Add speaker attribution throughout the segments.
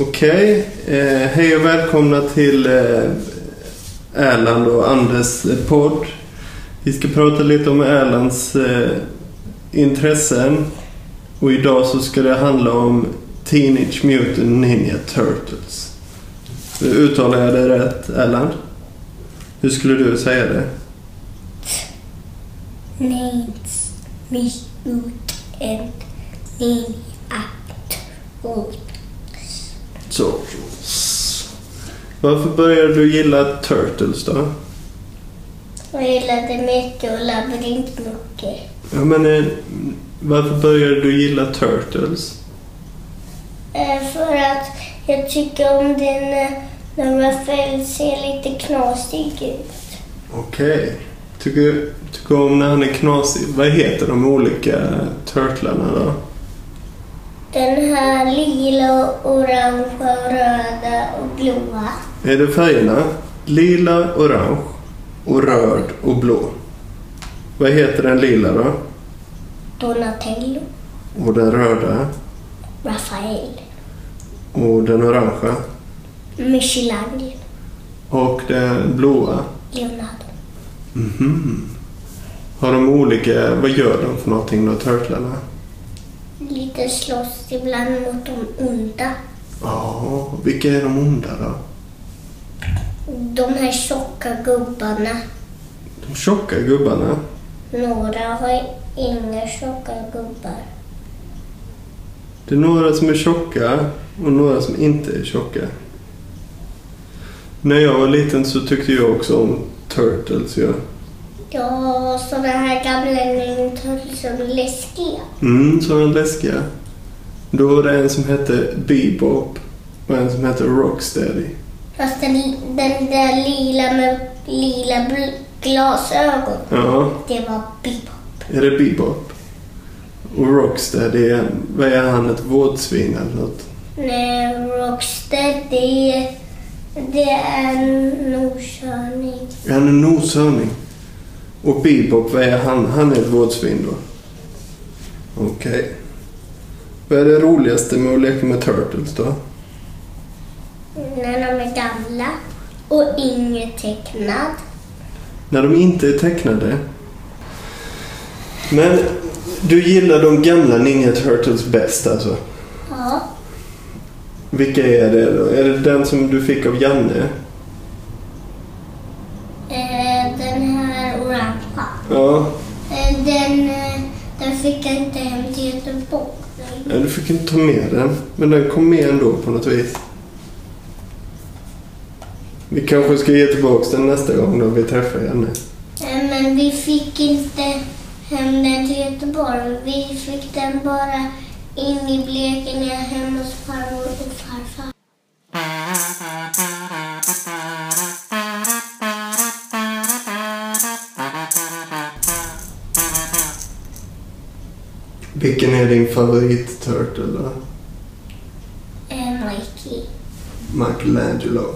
Speaker 1: Okej, eh, hej och välkomna till eh, Erland och Anders eh, podd. Vi ska prata lite om Erlands eh, intressen och idag så ska det handla om Teenage Mutant Ninja Turtles. Uttalar jag det rätt, Erland? Hur skulle du säga det?
Speaker 2: Names me ut and name at all.
Speaker 1: Turtles. Varför började du gilla Turtles då?
Speaker 2: Jag gillade mycket och labyrint mycket.
Speaker 1: Ja, men, eh, varför började du gilla Turtles?
Speaker 2: Eh, För att jag tycker om den eh, när Rafael ser lite knasig ut.
Speaker 1: Okej. Tycker, tycker om när han är knasig. Vad heter de olika turtlarna då?
Speaker 2: Den här lila, orangea, röda och blåa.
Speaker 1: Är det färgerna? Lila, orange och röd och blå. Vad heter den lila då?
Speaker 2: Donatello,
Speaker 1: Och den röda?
Speaker 2: Rafael,
Speaker 1: Och den orangea?
Speaker 2: Michelangelo,
Speaker 1: Och den blåa?
Speaker 2: Leonardo.
Speaker 1: Mhm. Har de olika... Vad gör de för någonting då, turtlarna?
Speaker 2: Lite slåss ibland mot de onda.
Speaker 1: Ja, vilka är de onda då?
Speaker 2: De här tjocka gubbarna.
Speaker 1: De tjocka gubbarna?
Speaker 2: Några har inga tjocka gubbar.
Speaker 1: Det är några som är tjocka och några som inte är tjocka. När jag var liten så tyckte jag också om Turtles. Ja.
Speaker 2: Ja, sådana här gamla Nintendo som är läskiga.
Speaker 1: Mm, så var de läskiga. Då var det en som hette Bebop och en som hette Rocksteady.
Speaker 2: Fast den, den där lila med lila bl- glasögon,
Speaker 1: Ja,
Speaker 2: det var Bebop.
Speaker 1: är det Bebop? Och Rocksteady, är- vad är han? Ett vårdsvin eller något?
Speaker 2: Nej, Rocksteady, det, det är en nordkörning.
Speaker 1: Är han en noshörning? Och Bebop, vad är han? Han är ett vårdsvin då? Okej. Vad är det roligaste med att leka med Turtles då?
Speaker 2: När de är gamla och inget tecknad.
Speaker 1: När de inte är tecknade. Men du gillar de gamla Ninja Turtles bäst alltså?
Speaker 2: Ja,
Speaker 1: Vilka är det då? Är det den som du fick av Janne?
Speaker 2: eh, den här orangea.
Speaker 1: Ja.
Speaker 2: Eh, Den, eh, den fick jag inte hem till Göteborg.
Speaker 1: Nej, Du fick inte ta med den. Men den kom med ändå på något vis. Vi kanske ska ge tillbaka den nästa gång då vi träffar Janne.
Speaker 2: Eh, Men vi fick inte hem den till Göteborg. Vi fick den bara in i Blekinge hemma hos farmor och farfar.
Speaker 1: Vilken är din favorit-turtle då?
Speaker 2: Eh, Mikey.
Speaker 1: Michelangelo.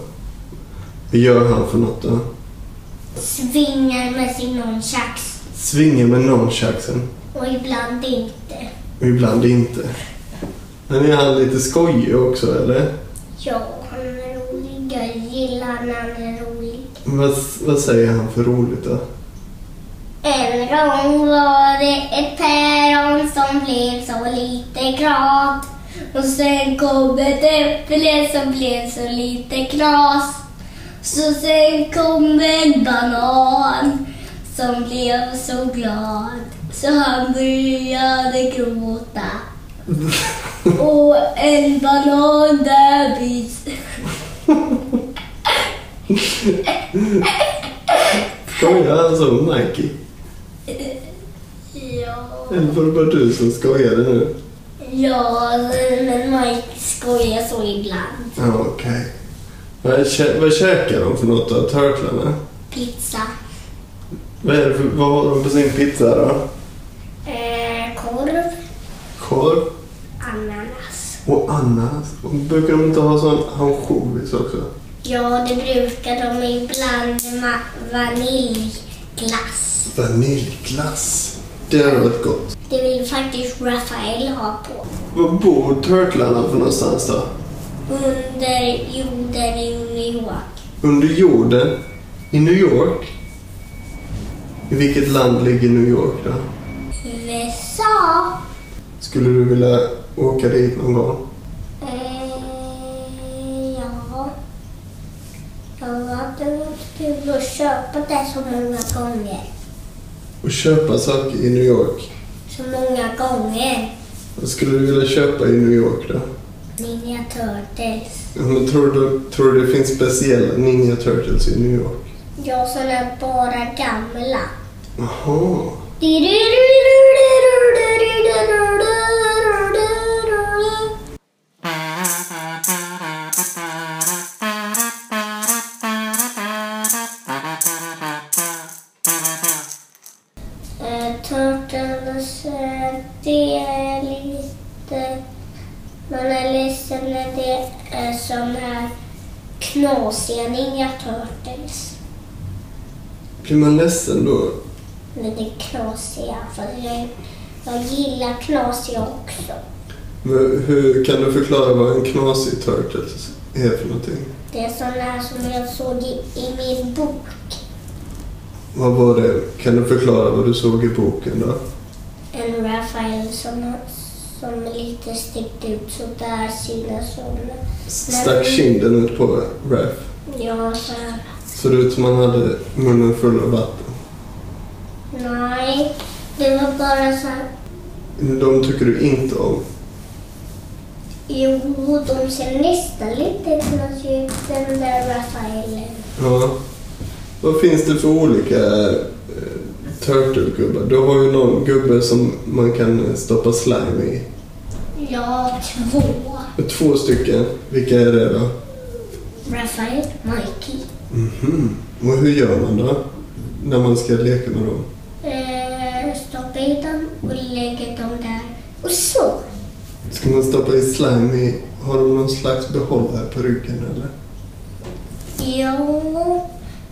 Speaker 1: Vad gör han för något då?
Speaker 2: Svingar med sin nunchucks
Speaker 1: Svingar med nunchucksen.
Speaker 2: och ibland inte.
Speaker 1: Och ibland inte. Men är han lite skojig också eller?
Speaker 2: Ja, han är rolig. Jag gillar när han är rolig.
Speaker 1: Vad, vad säger han för roligt då?
Speaker 2: En gång var det ett päron som blev så lite krat Och sen kom ett äpple som blev så lite knas Så sen kom en banan som blev så glad så han började gråta Och en banan där bit
Speaker 1: Skojar han så Mikey?
Speaker 2: Ja,
Speaker 1: Eller var det bara du som skojade nu?
Speaker 2: ja men Mike skojar så ibland
Speaker 1: Ja, okej. Vad, kä- vad käkar de för något då, turtlarna?
Speaker 2: Pizza
Speaker 1: Vad, är det för, vad har de på sin pizza då?
Speaker 2: Eh, korv,
Speaker 1: Korv
Speaker 2: ananas.
Speaker 1: och ananas. Och brukar de inte ha sån ansjovis också?
Speaker 2: Ja, det brukar de ibland med vaniljglass.
Speaker 1: Vaniljglass. Det hade varit gott.
Speaker 2: Det vill faktiskt Rafael ha på.
Speaker 1: Var bor turtlarna för någonstans då?
Speaker 2: under jorden i New York.
Speaker 1: Under jorden? I New York? I vilket land ligger New York då?
Speaker 2: USA.
Speaker 1: Skulle du vilja åka dit någon gång?
Speaker 2: Eh, ja. Jag hade varit kul att köpa det så många gånger.
Speaker 1: Och köpa saker i New York?
Speaker 2: Så många gånger.
Speaker 1: Vad skulle du vilja köpa i New York då?
Speaker 2: Ninja Turtles.
Speaker 1: Ja, Men tror, du, tror du det finns speciella Ninja Turtles i New York?
Speaker 2: Jag som är bara gamla.
Speaker 1: Jaha.
Speaker 2: Eh, Turtles, eh, det är lite... Man är ledsen när det är sån här knasiga Ninja Turtles.
Speaker 1: Blir man ledsen då?
Speaker 2: Men det är knasiga, för jag, jag gillar knasiga också.
Speaker 1: V- Hur kan du förklara vad en knasig Turtles är för någonting?
Speaker 2: Det är såna här som jag såg i, i min bok.
Speaker 1: Vad var det? Kan du förklara vad du såg i boken då?
Speaker 2: En Raphael som, som lite stickte ut sådär, sina sådana.
Speaker 1: Stack kinden ut på Raph.
Speaker 2: Ja, så här.
Speaker 1: Såg det ut som han hade munnen full av vatten.
Speaker 2: Nej, det var bara så här.
Speaker 1: De tycker du inte om.
Speaker 2: Jo, de ser nästan lite knasiga ut, den där Raphaelen.
Speaker 1: Ja. Vad finns det för olika eh, Turtle-gubbar? Du har ju någon gubbe som man kan eh, stoppa slime i.
Speaker 2: Ja, två.
Speaker 1: Två stycken. Vilka är det då?
Speaker 2: Raphael, Mikey.
Speaker 1: Mhm. Och hur gör man då? När man ska leka med dem?
Speaker 2: Eh, stoppa i dem och lägga dem där. Och så.
Speaker 1: Ska man stoppa i slime i... Har de någon slags behållare på ryggen eller?
Speaker 2: Jo,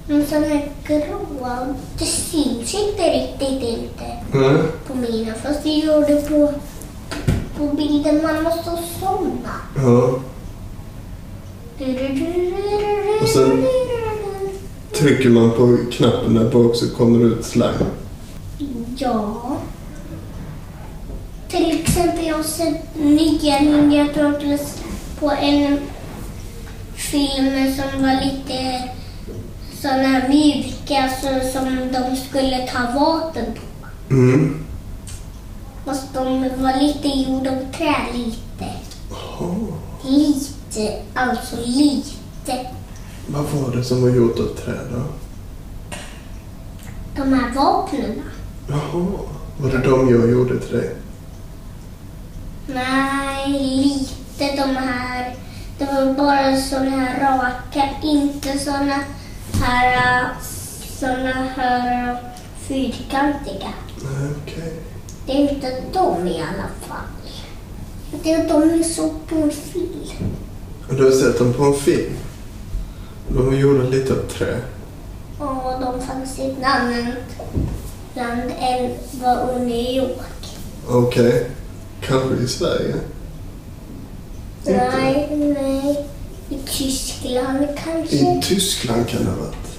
Speaker 2: men sån här grå. Det syns inte riktigt inte
Speaker 1: Nej.
Speaker 2: på mina. Fast det gör det på, på bilden. Man måste ha såna.
Speaker 1: Ja. Och sen- Trycker man på knappen där bak så kommer det ut slime.
Speaker 2: Ja. Till exempel jag har sett nya Ninja Turtles på en film som var lite såna här mjuka så, som de skulle ta vapen på.
Speaker 1: Mm.
Speaker 2: Fast de var lite gjorda av trä lite.
Speaker 1: Jaha.
Speaker 2: Lite, alltså lite.
Speaker 1: Vad var det som var gjort av trä då?
Speaker 2: De här vapnen.
Speaker 1: Jaha. Var det de jag gjorde till dig?
Speaker 2: Nej, lite de här. Det var bara såna här raka, inte såna här, äh, såna här äh, fyrkantiga.
Speaker 1: Nej, okej.
Speaker 2: Det är inte de i alla fall. Det är de vi såg på en film.
Speaker 1: Och Du har sett dem på en film? De var gjorda lite av trä.
Speaker 2: Och de fanns i ett annat land än var under York.
Speaker 1: Okej. Kanske i Sverige? Inte.
Speaker 2: Nej, nej. I Tyskland kanske.
Speaker 1: I Tyskland kan det ha varit.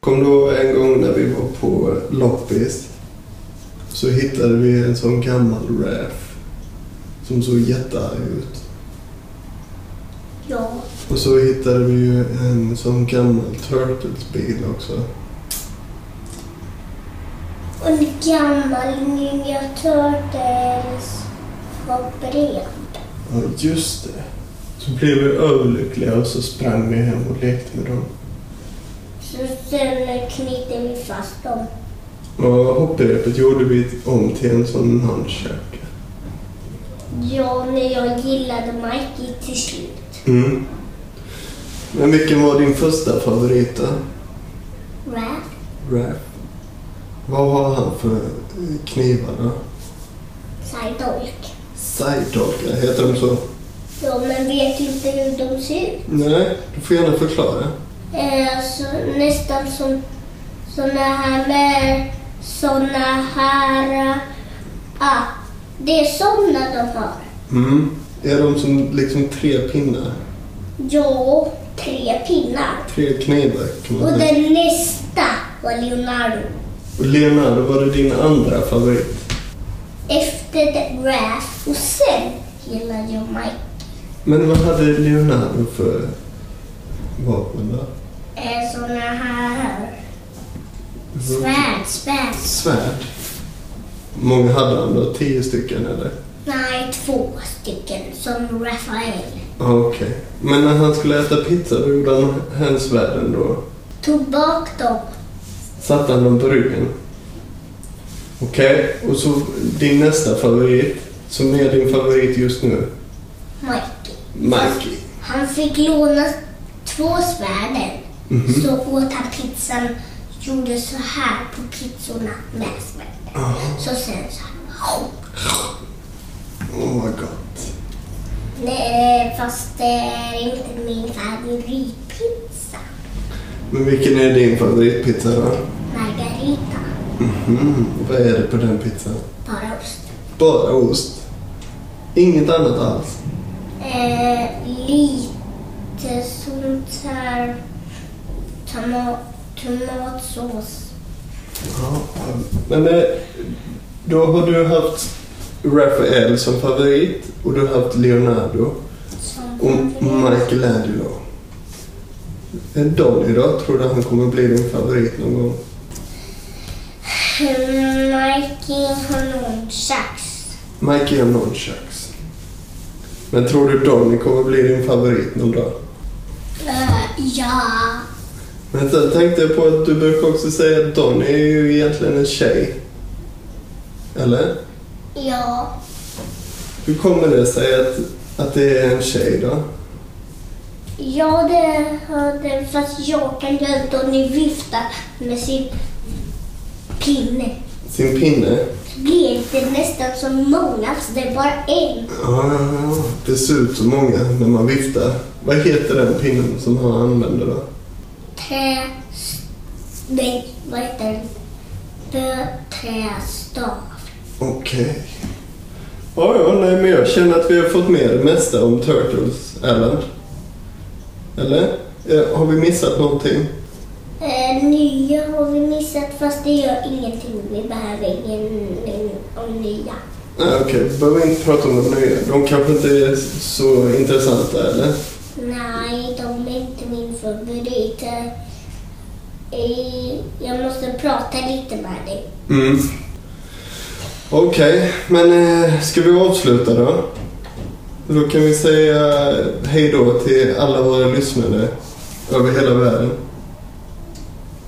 Speaker 1: Kom då en gång när vi var på loppis så hittade vi en sån gammal räf som såg jättearg ut.
Speaker 2: Ja.
Speaker 1: Och så hittade vi ju en sån gammal Turtles-bil också.
Speaker 2: Och en gammal Ninja Turtles fabrik.
Speaker 1: Ja, just det. Så blev vi överlyckliga och så sprang vi hem och lekte med dem.
Speaker 2: Så sen knyter vi fast dem.
Speaker 1: Och hopprepet gjorde vi om till en sån handkäke.
Speaker 2: Ja, när jag gillade Mikey till slut.
Speaker 1: Mm. Men vilken var din första favorit då?
Speaker 2: Right?
Speaker 1: Rap. Vad har han för eh, knivar då?
Speaker 2: Säger dolk.
Speaker 1: Sidedogger, heter de så?
Speaker 2: Ja, men vet inte hur de ser ut.
Speaker 1: Nej, du får gärna förklara.
Speaker 2: Eh, så nästan som, såna här med såna här... eh, Ah, det är såna de har.
Speaker 1: Mm. Är de som liksom tre pinnar?
Speaker 2: Ja, tre pinnar.
Speaker 1: Tre knivar kan
Speaker 2: Och
Speaker 1: man säga.
Speaker 2: den nästa var Leonardo.
Speaker 1: Och Leonardo, var det din andra favorit?
Speaker 2: Efter det Raph och sen gillade jag Mike.
Speaker 1: Men vad hade Leonardo för vapen då?
Speaker 2: Eh, såna här
Speaker 1: Det var
Speaker 2: svärd, svärd.
Speaker 1: Svärd? Många hade han då? Tio stycken eller?
Speaker 2: Nej, två stycken som Rafael.
Speaker 1: Ja, okej. Men när han skulle äta pizza, då gjorde han handsvärden då?
Speaker 2: Tog bak dem.
Speaker 1: Satte han dem på ryggen? Okej, och så din nästa favorit, som är din favorit just nu?
Speaker 2: Mikey.
Speaker 1: Mikey.
Speaker 2: Han fick låna två svärden.
Speaker 1: Mhm.
Speaker 2: Så åt han pizzan, gjorde så här på pizzorna med svärden.
Speaker 1: Åh,
Speaker 2: Så sen så här.
Speaker 1: oh, vad gott.
Speaker 2: Nej, eh, fast det är inte min favoritpizza.
Speaker 1: Men vilken är din favoritpizza då?
Speaker 2: Margarita.
Speaker 1: Mhm, Vad är det på den pizzan?
Speaker 2: Bara ost.
Speaker 1: Bara ost. Inget annat alls.
Speaker 2: Eh, lite sånt här tomat, tomatsås.
Speaker 1: Ja. Men eh, då har du haft Raphael som favorit och du har haft Leonardo
Speaker 2: Som
Speaker 1: och Michelangelo. Eh, Donny då? Tror du han kommer bli din favorit någon gång?
Speaker 2: Mikey har nog sax.
Speaker 1: Mikey har nunchucks. Men tror du Donny kommer bli din favorit någon dag?
Speaker 2: Eh, ja.
Speaker 1: Men sen tänkte jag på att du brukar också säga att Donny är ju egentligen en tjej. Eller?
Speaker 2: Ja.
Speaker 1: Hur kommer det sig att, att det är en tjej då?
Speaker 2: Ja, det hörde fast jag kan inte och ni viftar med sin pinne.
Speaker 1: Sin pinne?
Speaker 2: Så blir det nästan som många, så det är bara en.
Speaker 1: Ah, det ser ut som många när man viftar. Vad heter den pinnen som han använder då?
Speaker 2: Trä... s- Nej, vad heter den? Bö, trä, stav.
Speaker 1: Okej. Ja, ja, nej, men jag känner att vi har fått med det mesta om Turtles Island. Eller? Eh, Har vi missat någonting?
Speaker 2: Eh, nya har vi missat, fast det gör ingenting. Vi behöver ingen ny- om nya.
Speaker 1: Nej, okej. Behöver inte prata om de nya. De kanske inte är så intressanta, eller?
Speaker 2: Nej, de är inte min favorit. Eh, Jag måste prata lite med dig.
Speaker 1: Mm. Okej, men eh, ska vi avsluta då? Då kan vi säga eh, hej då till alla våra lyssnare över hela världen.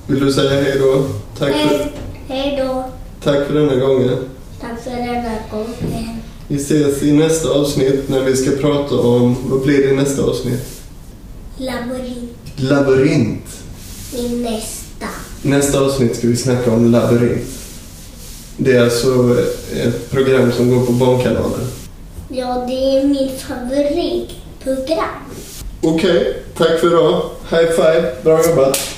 Speaker 1: Vill du säga hej då? Tack för,
Speaker 2: Hej, hej då.
Speaker 1: tack för denna gången.
Speaker 2: Tack för denna gången.
Speaker 1: Vi ses i nästa avsnitt när vi ska prata om, vad blir det i nästa avsnitt?
Speaker 2: Labyrint,
Speaker 1: Labyrint.
Speaker 2: min nästa.
Speaker 1: Nästa avsnitt ska vi snacka om labyrint. Det är alltså ett program som går på Barnkanalen.
Speaker 2: Ja, det är min favoritprogram.
Speaker 1: Okej, tack för idag. High five, bra jobbat.